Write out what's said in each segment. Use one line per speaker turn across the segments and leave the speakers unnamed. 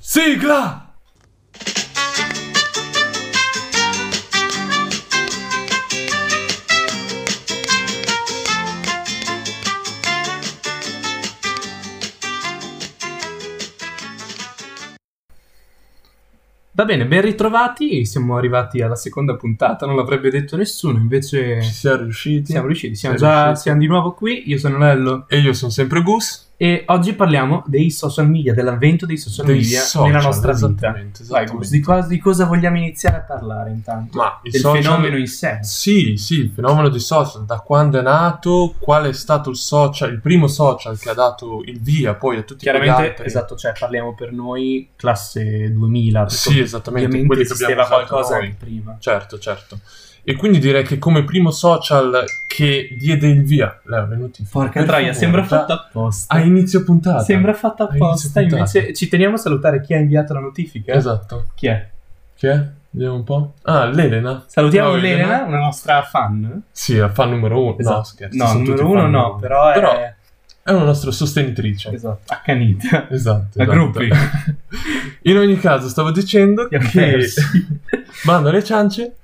Sigla! Va bene, ben ritrovati, siamo arrivati alla seconda puntata, non l'avrebbe detto nessuno, invece
Ci siamo riusciti.
siamo riusciti,
Siamo
siamo, già,
riusciti.
siamo di nuovo qui, io sono Lello
E io sono sempre Gus.
e oggi parliamo dei social media, dell'avvento dei social
dei
media
social,
nella nostra vita.
esattamente,
Vai,
esattamente.
Gus, di, cosa- di cosa vogliamo iniziare a parlare intanto?
Ma i
Del
social-
fenomeno in sé.
Sì, sì, il fenomeno dei social, da quando è nato, qual è stato il social, il primo social che ha dato il via poi a tutti gli
Chiaramente,
altri.
esatto, cioè parliamo per noi classe 2000, perché
Sì, esattamente,
ovviamente
quelli che abbiamo
esisteva
usato
qualcosa
noi.
di prima.
Certo, certo. E quindi direi che come primo social che diede il via, Leo, venuti
Porca troia, sembra fatta apposta.
a inizio puntata.
Sembra fatta
A inizio
apposta,
puntata.
invece ci teniamo a salutare chi ha inviato la notifica.
Esatto.
Chi è?
Che è? Vediamo un po'. Ah, l'Elena.
Salutiamo
Ciao,
Elena,
Elena.
una nostra fan.
Sì, la fan numero uno. No,
Esatto.
scherzo.
No,
sono
numero
tutti
uno
fan
no,
numero uno.
però è
Però è una nostra sostenitrice.
esatto, accanita.
Esatto.
A
esatto.
gruppi.
In ogni caso, stavo dicendo
Li ha
che
persi.
mando le ciance.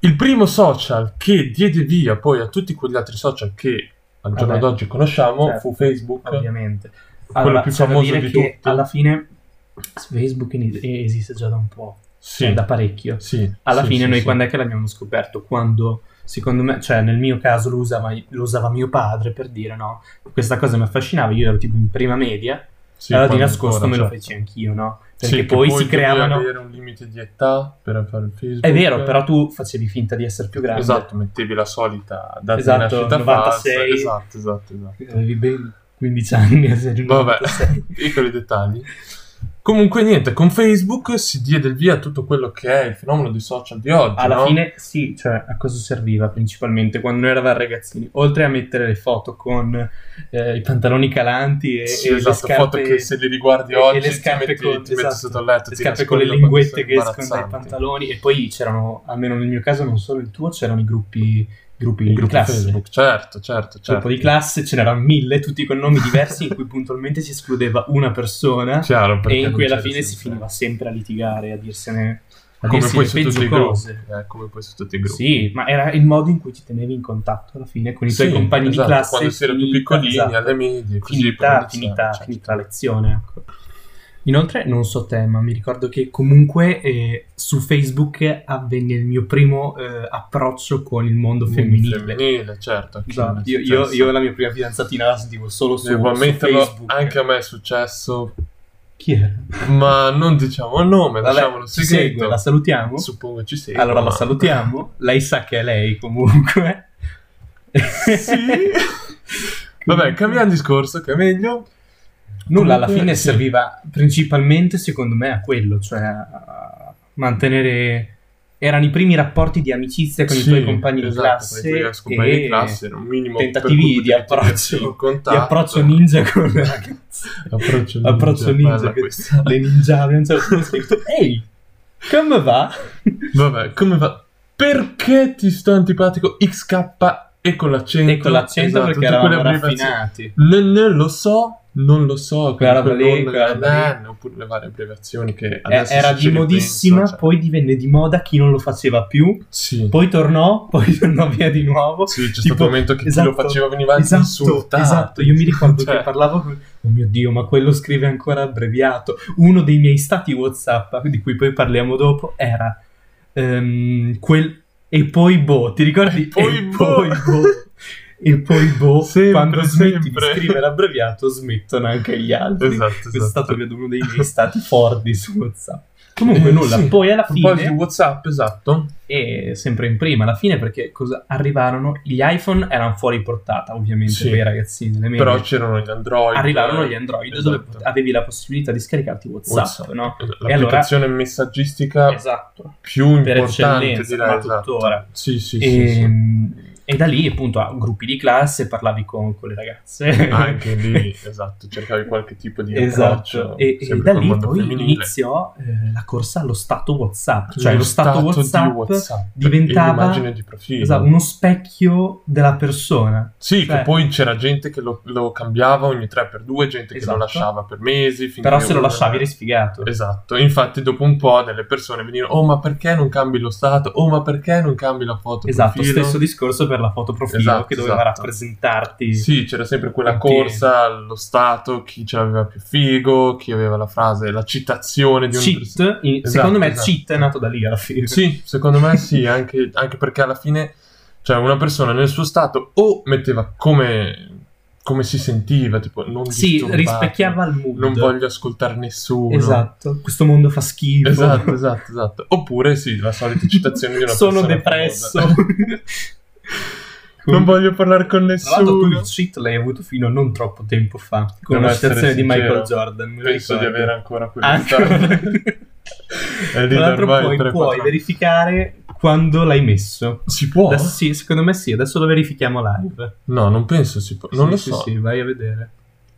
Il primo social che diede via poi a tutti quegli altri social che al giorno
Vabbè.
d'oggi conosciamo
Certo.
fu Facebook.
Ovviamente. Allora,
più
c'è da
famoso
dire
di
che
tutti.
alla fine Facebook in- esiste già da un po',
Sì.
da parecchio.
Sì,
alla
sì,
fine
sì,
noi
sì.
quando è che l'abbiamo scoperto? Quando, secondo me, cioè nel mio caso lo usava, lo usava mio padre per dire no, questa cosa mi affascinava, io ero tipo in prima media,
Sì,
allora di
quando
nascosto
ancora,
me lo
certo.
feci anch'io, no?
Sì,
Perché
che
poi, si
dovevi
creavano...
avere un limite di età per fare il Facebook.
È vero, però tu facevi finta di essere più grande.
Esatto, mettevi la solita data
Esatto,
di nascita
96.
falsa. Esatto, esatto, esatto.
Avevi ben 15 anni. se non
Vabbè,
sei.
piccoli dettagli. Comunque niente, con Facebook si diede il via a tutto quello che è il fenomeno dei social di oggi,
Alla
no?
fine sì, cioè a cosa serviva principalmente quando noi eravamo ragazzini? Oltre a mettere le foto con eh, i pantaloni calanti e,
Sì,
eh, e
esatto,
le scarpe,
foto che se li riguardi
e- e
oggi
le
ti
scarpe
metti-
con-
ti metti
esatto,
sotto il letto,
le
ti
scarpe con le
nascondi quando
linguette
sono
che escono dai
imbarazzanti.
pantaloni e poi c'erano, almeno nel mio caso non solo il tuo, c'erano i gruppi, gruppi
Il
di
gruppo
classe.
Facebook, certo, certo,
Gruppo
certo.
di classe ce n'erano mille, tutti con nomi diversi, in cui puntualmente si escludeva una persona.
Chiaro, perché
e in
non
cui alla
c'era
fine si
sempre.
finiva sempre a litigare, a dirsene a
Come
dirsi
poi
le
su tutti
peggio
i gruppi.
cose.
eh, come poi su tutti i gruppi.
Sì, ma era il modo in cui ti tenevi in contatto alla fine con i tuoi
Sì,
compagni
esatto,
di classe.
quando si era più
finita-
piccolini,
esatto.
alle medie, così
finita,
per iniziare,
finita,
certo.
finita la lezione. ecco. Inoltre, non so te, ma mi ricordo che comunque eh, su Facebook avvenne il mio primo eh, approccio con il mondo femminile.
femminile, certo. anche
Esatto,
me è
Io, io-
successo.
io la mia prima fidanzatina la sentivo solo su,
Devo
su
ammetterlo,
Facebook.
anche a me è successo,
Chi era?
ma non diciamo il nome,
Vabbè,
lasciamolo
ci segue,
segreto.
la salutiamo.
Suppongo ci segua.
Allora
ma-
la salutiamo, lei sa che è lei comunque.
Sì. Vabbè, cambiamo discorso, che è meglio.
Nulla alla
Comunque,
fine
sì.
serviva principalmente secondo me a quello, cioè a mantenere... Erano i primi rapporti di amicizia con i
Sì,
tuoi compagni di
esatto,
classe.
con i tuoi compagni
e
di classe, era un minimo
tentativi
per cui
di
potevi tenerti
approccio-
in contatto.
di approccio ninja con le ragazze.
Approccio ninja,
Approccio ninja,
bella
che-
questa.
le ninjave, non so come si Ehi, come va?
Vabbè, come va? Perché ti sto antipatico XK e con l'accento?
E con Ecco l'accento
Esatto,
perché
tutte quelle
eravamo
abbreviazioni.
raffinati.
Ne, ne lo so, non lo so.
Quella roba lì,
non-
quella roba
eh, oppure le varie abbreviazioni che
Eh,
adesso
Era
se ci
di modissima,
ripenso, cioè,
poi divenne di moda chi non lo faceva più.
sì.
poi tornò, poi tornò via di nuovo.
Sì, c'è
tipo,
stato un momento che
esatto,
chi lo faceva veniva anche
Esatto,
insultato.
esatto, io mi ricordo
Cioè,
che parlavo con... Oh mio Dio, ma quello scrive ancora abbreviato. Uno dei miei stati Whatsapp, di cui poi parliamo dopo, era ehm, quel... E poi boh, ti ricordi?
E poi boh.
E poi boh,
Sempre,
quando smetti
sempre.
di scrivere abbreviato smettono anche gli altri.
Esatto,
Questo
esatto.
è stato credo, uno dei miei stati forti su WhatsApp. Comunque
Eh,
nulla,
sì.
poi alla
A proposito
fine
di WhatsApp, esatto.
e sempre in prima alla fine perché cosa arrivarono gli iPhone erano fuori portata ovviamente
Sì.
per i ragazzini nelle medie.
Però c'erano gli Android.
arrivarono gli Android dove
Esatto.
pot- avevi la possibilità di scaricarti WhatsApp,
WhatsApp.
no?
L'applicazione messaggistica
Esatto.
più
Per
importante
eccellenza,
direi,
ma
esatto.
tuttora.
Sì, sì, sì, sì.
Ehm, E da lì, appunto, a gruppi di classe parlavi con, con le ragazze.
Anche lì, esatto, cercavi qualche tipo di
Esatto,
approccio.
e, e
sempre
da
col
lì
mondo
poi
femminile.
iniziò eh, la corsa allo stato WhatsApp, cioè lo, stato,
di
WhatsApp,
WhatsApp,
diventava-
e l'immagine di profilo.
esatto, uno specchio della persona.
Sì,
Cioè-
che poi c'era gente che lo, lo cambiava ogni 3x2, gente che
Esatto.
lo lasciava per mesi. finché
Però se lo
una-
lasciavi eri sfigato.
Esatto, infatti dopo un po' delle persone venivano Oh ma perché non cambi lo stato? Oh ma perché non cambi la foto
Esatto,
profilo?"
stesso discorso per la foto profilo
Esatto,
che doveva
esatto.
rappresentarti.
Sì, c'era sempre quella
Quanti-
corsa allo stato, chi ce l'aveva più figo, chi aveva la frase, la citazione di un
Cheat, in-
Esatto,
secondo me
esatto.
cheat è nato da lì alla fine.
Sì, secondo me sì, anche, anche perché alla fine, cioè, una persona nel suo stato o metteva come, come si sentiva, tipo, non
Sì,
disturbate,
rispecchiava il mood.
non voglio ascoltare nessuno.
Esatto, questo mondo fa schifo.
Esatto, esatto, esatto. Oppure sì, la solita citazione di una
Sono
persona
depresso.
famosa. Non voglio parlare con
Tra l'altro tu
nessuno.
il cheat l'hai avuto fino a non troppo tempo fa, con
Devo
la
essere
citazione di
sincero,
Michael Jordan. me lo
Penso di
ricordo.
avere ancora quella
Ah, Anche-
È lì
Tra l'altro
ormai
poi
tre,
puoi
quattro-
verificare quando l'hai messo.
Si può?
Adesso sì, secondo me sì, adesso lo verifichiamo live.
No, non penso si può. non
Sì,
lo
sì,
so.
Sì, vai a vedere.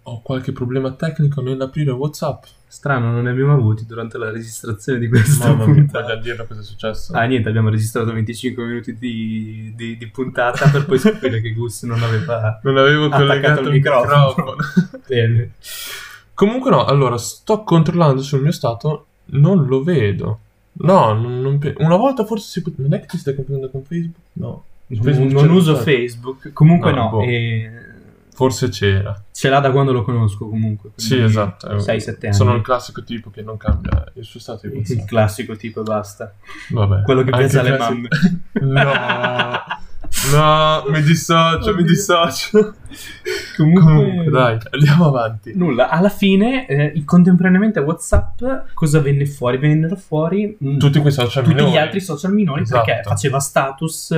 Ho qualche problema tecnico nell'aprire WhatsApp.
Strano, non ne abbiamo avuti durante la registrazione di questa
Mamma mia, voglio
puntata.
dirlo cosa è successo.
Ah, niente, abbiamo registrato 25 minuti di, di- di puntata per poi scoprire che Gus non aveva...
Non avevo
Attaccato
collegato
il
il
microfono.
microfono.
Bene.
Comunque no, allora, sto controllando sul mio stato, non lo vedo. No, non, non pe- una volta forse si poteva... Non è che ti stai confondendo con Facebook? No. Su
Non,
Facebook
non
c'era
uso
stato.
Facebook. Comunque
No,
no,
boh.
eh,
Forse c'era.
ce l'ha da quando lo conosco comunque.
Sì, esatto.
6-7 anni.
Sono il classico tipo che non cambia il suo stato di
Il
WhatsApp.
classico tipo e basta.
Vabbè.
Quello che
Anche
piace alle mamme.
classico- No. No, mi dissocio, mi
Oddio.
dissocio.
Comunque,
Comunque, dai, andiamo avanti.
Nulla, alla fine, eh, contemporaneamente a Whatsapp, cosa venne fuori? Vennero fuori mm,
Tutti quei social
tutti
minori.
gli altri social minori
Esatto.
perché faceva status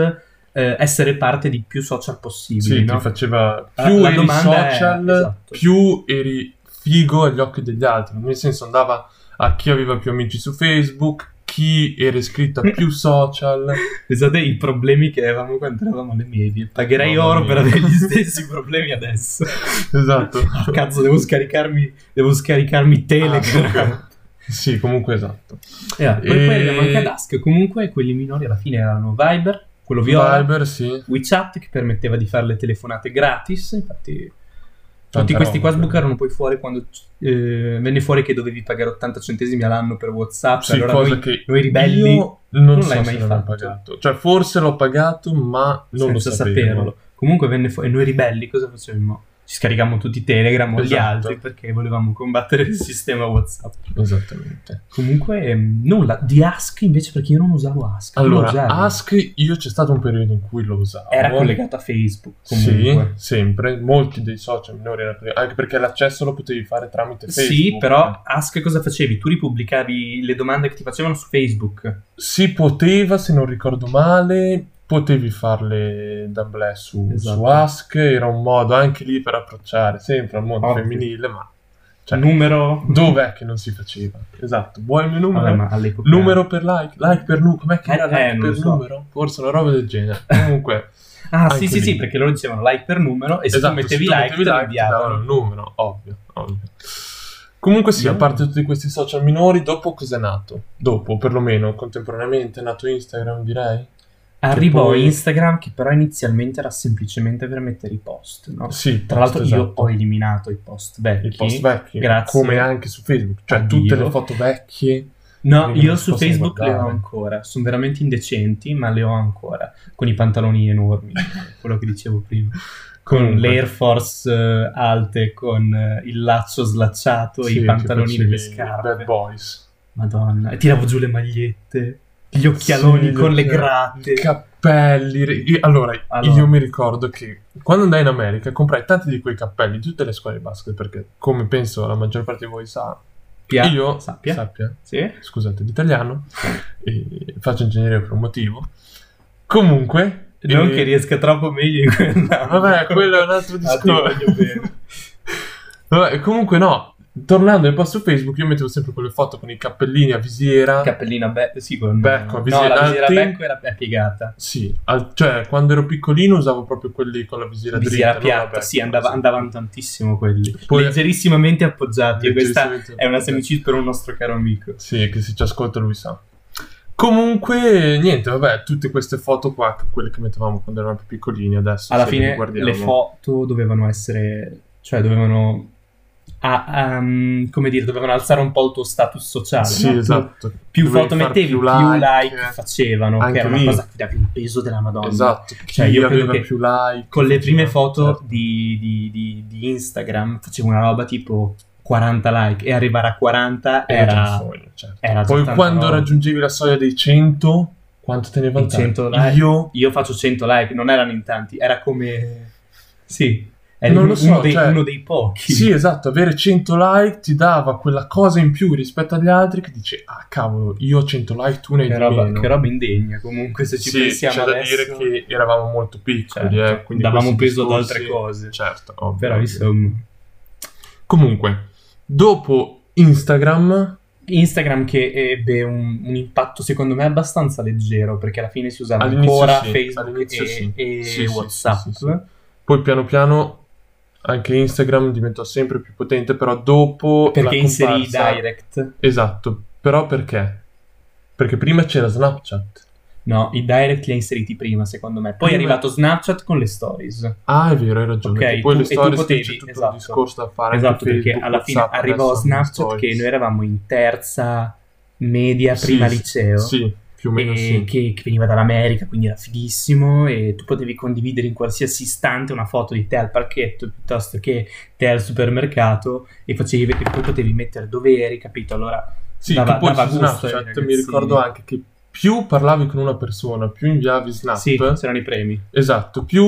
eh, essere parte di più social possibili,
Sì,
no?
ti faceva
La-
più
la
eri
domanda è-
social,
esatto.
più eri figo agli occhi degli altri. Nel senso, andava a chi aveva più amici su Facebook, chi era iscritto a più social.
Pensate ai problemi che avevamo quando eravamo alle medie. Pagherei
Mamma
oro
mia.
per avere gli stessi problemi adesso.
Esatto.
Ah, Cazzo, devo scaricarmi, devo scaricarmi Telegram.
Ah, Sì, comunque esatto.
Eh, poi,
E-
poi abbiamo anche Adask. Comunque, quelli minori alla fine erano Viber, quello viola,
Viber, sì.
WeChat che permetteva di fare le telefonate gratis. Infatti, tutti
Tanta
questi
roba,
qua sbucarono
veramente.
poi fuori quando eh, venne fuori che dovevi pagare 80 centesimi all'anno per WhatsApp.
Sì,
allora
cosa
noi,
che
noi ribelli
io non,
non
so
l'hai
se
mai
l'ho
fatto.
pagato. Cioè, forse l'ho pagato, ma non
senza
lo sapevo.
saperlo. Comunque, venne fuori. E noi ribelli cosa facevamo? Ci scaricavamo tutti Telegram o gli
Esatto.
altri perché volevamo combattere il sistema WhatsApp.
Esattamente.
Comunque, ehm, nulla. Di Ask invece perché io non usavo Ask. Tu lo
Allora,
usavi?
Ask, io c'è stato un periodo in cui lo usavo.
era collegato a Facebook comunque.
Sì, sempre. Molti dei social minori erano collegati, anche perché l'accesso lo potevi fare tramite Facebook.
Sì, però Ask cosa facevi? Tu ripubblicavi le domande che ti facevano su Facebook.
Si poteva, se non ricordo male, potevi farle da blè su,
Esatto.
su Ask, era un modo anche lì per approcciare sempre al mondo
Ovvio.
femminile, ma... Cioè,
numero...
Dov'è che non si faceva? Esatto, vuoi il mio numero?
Vabbè, ma all'epoca-
Numero per like, like per numero, com'è che era
Eh,
like
non
per
lo so.
numero? Forse una roba del genere. Comunque,
Ah,
anche
sì, sì,
lì.
sì, perché loro dicevano like per numero e se
esatto,
tu mettevi
se tu
like,
mettevi
te lo
like, ti
inviavano.
davano il numero, ovvio, ovvio. Comunque sì, a
Io-
parte tutti questi social minori, dopo cos'è nato? Dopo, perlomeno, contemporaneamente è nato Instagram, direi?
Arrivò
Che poi-
Instagram che però inizialmente era semplicemente per mettere i post, no?
Sì,
Tra l'altro
esatto.
io ho eliminato i post vecchi.
I post vecchi,
Grazie.
come anche su Facebook, cioè
Addio.
tutte le foto vecchie.
No,
Quindi
io
non si
su
possono
Facebook le ho
guardare.
ancora. Sono veramente indecenti, ma le ho ancora. Con i pantaloni enormi, quello che dicevo prima. con
Comunque.
le Air Force eh, alte, con eh, il laccio slacciato,
Sì,
i
ti
pantaloni e le
facevi Bad
scarpe.
Boys.
Madonna, e tiravo giù le magliette, gli occhialoni
Sì, eh,
con le
gli
gratte.
Cappelli. re- io- allora,
Allora.
io mi ricordo che quando andai in America comprai tanti di quei cappelli di tutte le scuole di basket perché, come penso la maggior parte di voi sa,
Pia-
io
sappia. Sì.
scusate l'italiano, e faccio ingegneria per un motivo. Comunque,
Non
eh,
che riesca troppo meglio in quella.
Vabbè, quello è un altro
Ah, ti
discorso.
voglio bene.
Vabbè, comunque no, tornando nel post su Facebook, io mettevo sempre quelle foto con i cappellini a visiera.
Cappellina be- sì, con
Becco,
no,
visiera
la visiera
alti.
becco era è piegata.
sì, al- cioè quando ero piccolino usavo proprio quelli con la visiera, dritta. non
Visiera
la
piatta, sì,
becca,
andava-
sì.
andavano tantissimo quelli.
Poi-
Leggerissimamente appoggiati. e Questa
Leggerissimamente
è una
appoggiati.
semicid per un nostro caro amico.
Sì, che se ci ascolta lui sa. Comunque, niente, vabbè, tutte queste foto qua, che- quelle che mettevamo quando eravamo più piccolini, adesso
Alla
se
fine
guardiamo-
le foto dovevano essere... Cioè dovevano... ah, ehm, come dire, dovevano alzare un po' il tuo status sociale.
Sì,
no? Tu-
esatto.
Più
Dovevi
foto
far
mettevi, più
più
like,
like. eh.
facevano.
Anche
che era una
lì.
cosa che dava un peso della Madonna.
Esatto. Chi
Cioè, io credo
aveva
che
più like.
Con le prime
faceva-
foto
certo.
di, di- di- di Instagram facevo una roba tipo 40 like e arrivare a 40
Era già
era...
un sogno, certo.
era già
Poi
tanta
quando
roba.
raggiungevi la soglia dei 100, quanto te ne vantavi?
100 like.
Io
Io faccio 100 like, non erano in tanti, era come... Sì, era
Non
uno,
lo so,
uno dei,
cioè-
uno dei pochi.
Sì, esatto, avere 100 like ti dava quella cosa in più rispetto agli altri che dice, ah cavolo, io ho 100 like, tu ne hai
che,
di
roba,
meno.
che roba indegna comunque se ci
Sì,
pensiamo
c'è
adesso.
da dire che eravamo molto piccoli,
Certo,
eh, quindi
davamo
questi
peso ad
discorsi-
altre cose.
Certo, ovvio.
Però
ovvio.
insomma...
Comunque, dopo Instagram,
Instagram che ebbe un, un impatto secondo me abbastanza leggero perché alla fine si usava
All'inizio
ancora
sì,
Facebook
all'inizio
e,
sì.
e
Sì, sì,
Whatsapp.
sì, sì, sì. poi piano piano anche Instagram diventò sempre più potente, però dopo la
Perché inserì i
comparsa-
direct?
Esatto, però perché? Perché prima c'era Snapchat.
No, i direct li ha inseriti prima, secondo me. Poi è
Prima-
arrivato Snapchat con le stories.
Ah, è vero, hai ragione.
Ok,
che poi
tu-
le
e tu
stories
potevi-
c'è tutto
esatto.
un discorso da fare. anche
esatto, perché
Facebook,
alla fine
WhatsApp,
arrivò
adesso hanno
Snapchat
stories.
che noi eravamo in terza media,
Sì,
prima
sì,
liceo.
Sì, più o meno
e
sì.
che, che veniva dall'America, quindi era fighissimo e tu potevi condividere in qualsiasi istante una foto di te al parchetto piuttosto che te al supermercato e, facevi, e poi potevi mettere dove eri, capito? Allora,
Sì,
dava-
che poi
dava
su
gusto ai
Snapchat mi
ragazzini.
ricordo anche che più parlavi con una persona, più inviavi Snap.
sì, c'erano i premi.
Esatto, più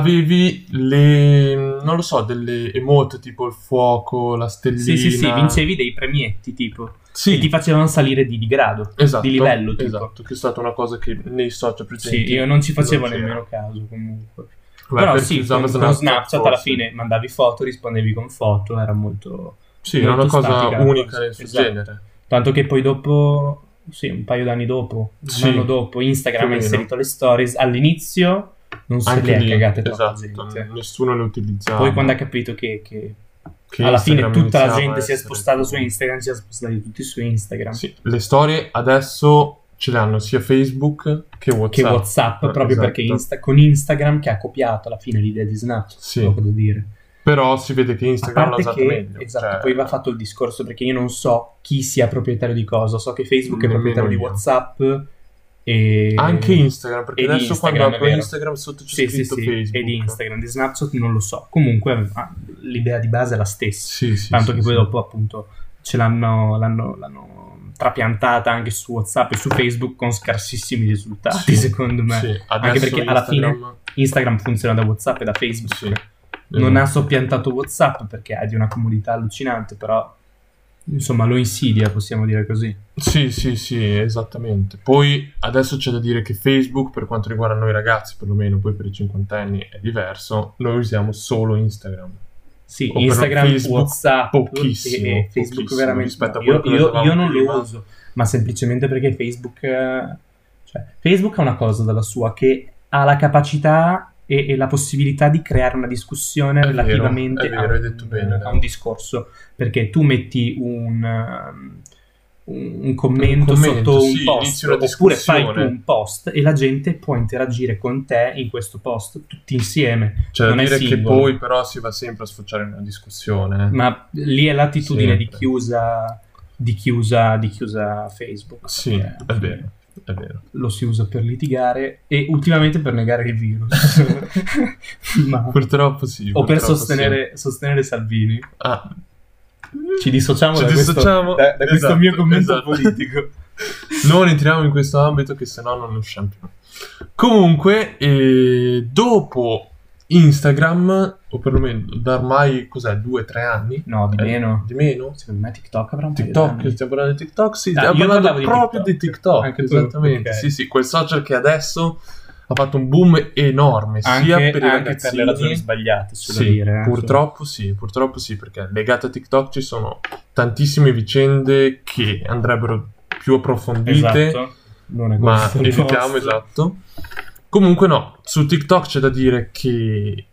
avevi le, non lo so, delle emote tipo il fuoco, la stellina.
Sì, sì, sì, vincevi dei premietti tipo
Sì,
e ti facevano salire di, di grado.
esatto,
di livello, tipo.
Esatto, che è stata una cosa che nei social presenti...
Sì, io non ci facevo
c'era.
nemmeno caso comunque.
Vabbè,
Però
per chi
sì, con
usava
con Snapchat, alla
forse.
fine mandavi foto, rispondevi con foto, era molto...
Sì, era una
molto
cosa
statica la
unica
cosa.
nel suo
Esatto.
genere.
Tanto che poi dopo, sì, un paio d'anni dopo,
Sì.
un anno dopo,
Più o
Instagram ha
meno.
inserito le stories. All'inizio non se le
Anche
ha
lì,
cagate troppa
esatto,
gente.
n- nessuno le utilizzava.
Poi quando ha capito che, che
Che
alla fine
Instagram
tutta la
iniziava a
gente si è
essere
spostata
più-
su Instagram, si è spostati tutti su Instagram.
Sì, le storie adesso ce le hanno sia Facebook che WhatsApp.
Che WhatsApp,
Eh,
proprio
esatto.
perché Insta- con Instagram che ha copiato alla fine l'idea di Snapchat,
Sì.
poco da dire.
Però si vede che
A
Instagram l'ha
parte
usato
che,
meglio.
esatto,
cioè-
poi va fatto il discorso perché io non so chi sia proprietario di cosa, so che Facebook è
Nemmeno
proprietario di
io.
WhatsApp e...
Anche Instagram, perché
e di
adesso
Instagram,
quando
è
apro
vero.
Instagram sotto c'è
Sì, sì,
scritto
sì,
Facebook.
e di Instagram, di Snapchat non lo so. Comunque ah, l'idea di base è la stessa,
Sì, sì,
tanto
sì,
che poi
sì.
dopo appunto ce l'hanno, l'hanno- l'hanno trapiantata anche su WhatsApp e su Facebook con scarsissimi risultati,
Sì,
secondo me.
Sì,
Anche
adesso
perché alla fine
Instagram-
Instagram funziona da WhatsApp e da Facebook.
Sì.
Non ha
Esatto.
soppiantato WhatsApp perché è di una comodità allucinante, però insomma lo insidia, possiamo dire così.
Eh, Sì, sì, sì, esattamente. Poi adesso c'è da dire che Facebook, per quanto riguarda noi ragazzi, perlomeno, poi per i cinquantenni è diverso, noi usiamo solo Instagram.
Sì,
O per
Instagram,
Facebook,
WhatsApp
pochissimo,
e- e Facebook
pochissimo
veramente
rispetto a
no, io,
quello che
io-
usavamo
io non
prima.
lo uso, ma semplicemente perché Facebook eh, cioè, Facebook ha una cosa dalla sua che ha la capacità e, e la possibilità di creare una discussione
È vero,
relativamente
è vero,
a,
hai
un,
detto bene,
a
no?
un discorso, perché tu metti un um, un un commento,
Un commento,
sotto
sì,
un post
inizi una
oppure fai tu
discussione.
un post e la gente può interagire con te in questo post tutti insieme
Cioè,
Non è
dire che
singolo.
poi però si va sempre a sfociare in una discussione. eh.
Ma lì è l'attitudine di
Sempre.
chiusa, di chiusa, di chiusa Facebook.
Sì,
perché
è vero, è vero.
Lo si usa per litigare e ultimamente per negare il virus. Ma-
Purtroppo sì.
O per
purtroppo
sostenere, sostenere Salvini.
sì. Ah.
Ci dissociamo,
Ci
da, questo-
dissociamo,
da- da questo
esatto,
mio commento
esatto.
politico.
Non entriamo in questo ambito che sennò non usciamo più. Comunque, eh, dopo Instagram, o perlomeno da ormai, cos'è, due, tre anni?
No, di
Eh,
meno.
Di meno?
Secondo me TikTok avrà un paio
TikTok,
d'anni.
stiamo parlando di TikTok, sì,
Esatto. Ah,
stiamo
io
parlando
parlavo di
proprio
TikTok.
di TikTok,
Anche tu,
esattamente,
ok.
sì sì, quel social che adesso ha fatto un boom enorme
Anche,
sia per i
anche per le
ragazzini
ragioni sbagliate, sulla
sì,
dire. eh.
purtroppo sì, purtroppo sì, perché legato a TikTok ci sono tantissime vicende che andrebbero più approfondite,
Esatto. Non è
ma
questo il
evitiamo,
nostro.
esatto. Comunque no, su TikTok c'è da dire che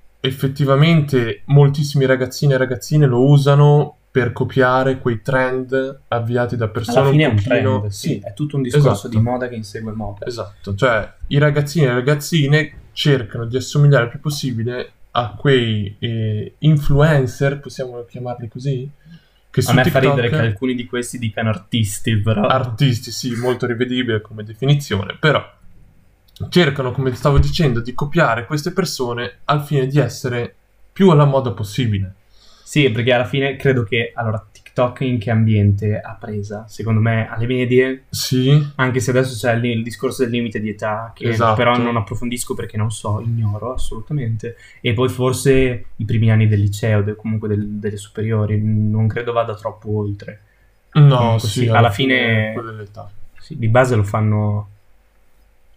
effettivamente moltissimi ragazzini e ragazzine lo usano per copiare quei trend avviati da persone
Alla fine è
un
un
pochino...
trend, sì, è tutto un discorso
esatto.
di moda che insegue moda.
Esatto, cioè i ragazzini e le ragazzine cercano di assomigliare il più possibile a quei eh, influencer, possiamo chiamarli così, che su
A me
TikTok
fa ridere che alcuni di questi dicano artisti, però.
artisti, sì, molto rivedibile come definizione, però cercano, come stavo dicendo, di copiare queste persone al fine di essere più alla moda possibile.
Sì, perché alla fine credo che allora TikTok in che ambiente ha presa? Secondo me alle medie,
Sì,
anche se adesso c'è lì il discorso del limite di età che
Esatto.
però non approfondisco perché non so, ignoro assolutamente. E poi forse i primi anni del liceo, de- comunque del- delle superiori, non credo vada troppo oltre.
no,
Comunque
sì,
sì, alla fine-
quella è l'età.
Sì, di base lo fanno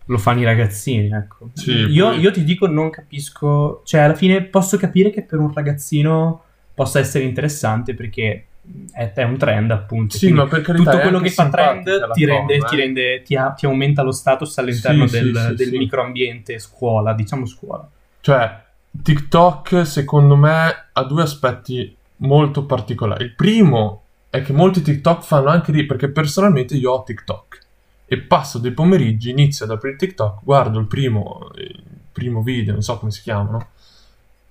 lo fanno i ragazzini, ecco.
Sì,
io,
poi-
io ti dico non capisco, cioè alla fine posso capire che per un ragazzino possa essere interessante perché è, è un trend appunto.
Sì,
quindi
ma per carità,
tutto
è
quello
anche
che fa
simpatica
trend
la
ti rende,
cosa,
ti,
eh.
rende- ti ha- ti aumenta lo status all'interno
Sì,
del,
sì, sì,
del
sì.
microambiente scuola, diciamo scuola.
Cioè, TikTok secondo me ha due aspetti molto particolari. Il primo è che molti TikTok fanno anche lì, perché personalmente io ho TikTok e passo dei pomeriggi, inizio ad aprire TikTok, guardo il primo, il primo video, non so come si chiamano,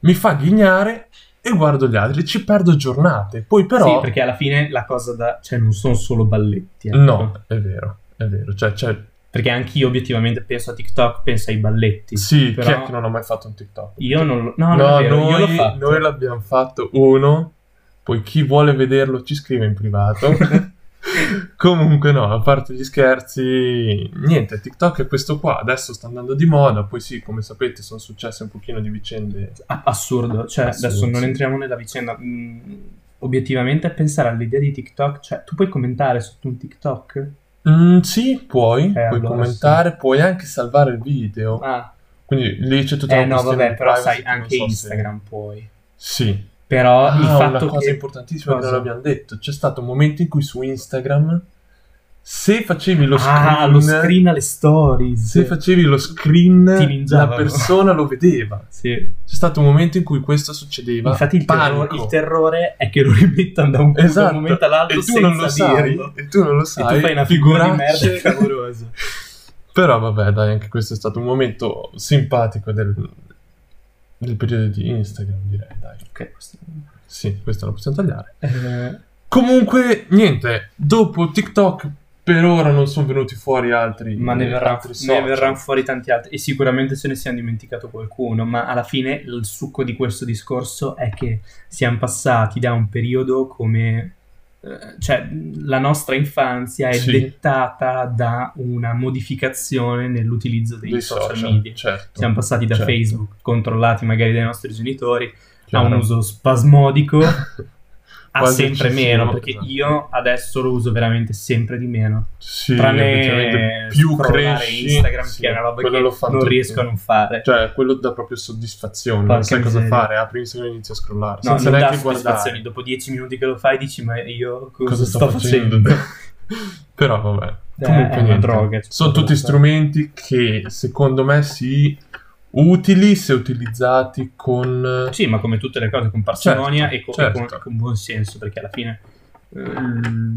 mi fa ghignare e guardo gli altri, ci perdo giornate. Poi però...
Sì, perché alla fine la cosa da... cioè non sono solo balletti. ecco.
No, è vero, è vero. Cioè, cioè
Perché anch'io obiettivamente penso a TikTok, penso ai balletti.
sì,
però-
chi è che non ha mai fatto un TikTok?
Io non lo... No, Ah, non
No,
è vero, io l'ho
noi,
fatto.
noi l'abbiamo fatto uno, poi chi vuole vederlo ci scrive in privato. Comunque no, a parte gli scherzi, niente, TikTok è questo qua, adesso sta andando di moda, poi sì, come sapete sono successe un pochino di vicende.
A- assurdo. Cioè,
Assurdo,
adesso non
sì.
entriamo nella vicenda. Mm, obiettivamente, pensare all'idea di TikTok, cioè, tu puoi commentare sotto un TikTok?
Mm, sì, puoi, puoi
Eh, allora
commentare, puoi anche salvare il video,
Ah,
quindi lì c'è tutta
eh
una
no,
questione
vabbè,
di
però
privacy
sai,
che non
anche
so se-
Instagram puoi.
Sì,
Però
Ah,
il
una
fatto
cosa
che...
importantissima che
cosa?
non abbiamo detto. C'è stato un momento in cui su Instagram, se facevi lo screen,
ah, lo screen alle stories.
se facevi lo screen,
Ti ningiavano.
la persona lo vedeva.
Sì.
C'è stato un momento in cui questo succedeva.
Infatti il terrore,
Panico.
il terrore è che lo rimettano da un, da un
Esatto.
momento all'altro
e tu non
senza
lo sai,
dirlo.
e tu non lo
E
sai.
tu fai una figura di
figuracce.
merda clamorosa.
Però vabbè, dai, anche questo è stato un momento simpatico del, del periodo di Instagram, direi, dai.
ok, questo...
Sì, questo lo possiamo tagliare.
Eh,
Comunque, niente, dopo TikTok per ora non sono venuti fuori altri.
Ma ne verrà-
altri
ne
social.
verranno fuori tanti altri e sicuramente se ne siamo dimenticato qualcuno, ma alla fine il succo di questo discorso è che siamo passati da un periodo come... eh, Cioè, la nostra infanzia è
Sì.
dettata da una modificazione nell'utilizzo dei,
dei
social,
social,
media.
certo.
Siamo passati da
Certo.
Facebook, controllati magari dai nostri genitori,
Chiaro.
a un uso spasmodico, a
Quasi
sempre
eccessivo,
meno, perché
esatto.
io adesso lo uso veramente sempre di meno
Sì,
tranne
effettivamente più
scrollare
cresci,
Instagram
sì,
che è una roba
quello
che
lo fanno
non
tutti.
riesco a non fare
Cioè, quello dà proprio soddisfazione.
Porca
non sai cosa
miseria.
fare, apri Instagram e inizi a scrollare.
no,
senza
non dà
neanche
soddisfazioni
guardare
dopo 10 minuti che lo fai dici ma io cosa,
cosa sto facendo. Però vabbè.
Eh,
Comunque,
è una
niente.
droga, cioè,
Sono tutti
cosa-
strumenti che secondo me sì, utili se utilizzati con
sì ma come tutte le cose con parsimonia
Certo,
e, con,
certo.
e con- con buon senso perché alla fine eh,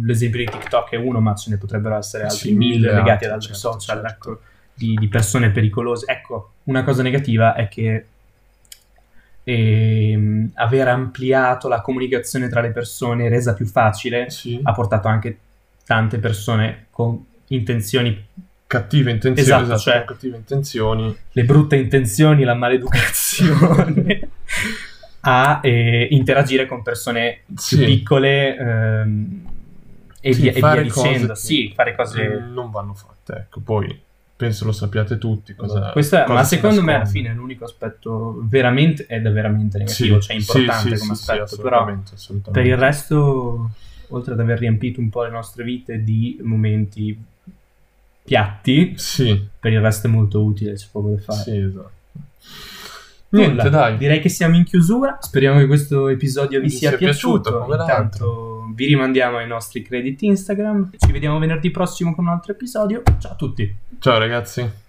l'esempio di TikTok è uno ma ce ne potrebbero essere altri
Sì,
mille
mille
legati ad
altri,
altri
certo,
social
certo.
ecco, di, di persone pericolose ecco una cosa negativa è che ehm, aver ampliato la comunicazione tra le persone resa più facile
sì,
ha portato anche tante persone con intenzioni,
cattive intenzioni,
Esatto,
esatto,
cioè-
con cattive intenzioni.
le brutte intenzioni, la maleducazione, a eh, interagire con persone più
Sì.
piccole ehm, e,
Sì,
via, e via
fare cose
dicendo.
che-
Sì, fare cose...
Eh, non vanno fatte, ecco, poi penso lo sappiate tutti cosa
Esatto. Questo è-
cosa
ma
si
secondo me alla
nasconde.
fine è l'unico aspetto veramente, ed è veramente negativo,
Sì,
cioè importante
sì, sì,
come
sì,
aspetto,
sì,
però
assolutamente, assolutamente.
per il resto, oltre ad aver riempito un po' le nostre vite di momenti piatti,
Sì,
per il resto è molto utile, c'è poco da fare.
sì, esatto.
Nulla,
Niente, dai.
Direi che siamo in chiusura. Speriamo che questo episodio vi
Mi
sia,
sia
piaciuto.
piaciuto, come
Intanto vi rimandiamo ai nostri crediti Instagram. Ci vediamo venerdì prossimo con un altro episodio. Ciao a tutti.
Ciao ragazzi.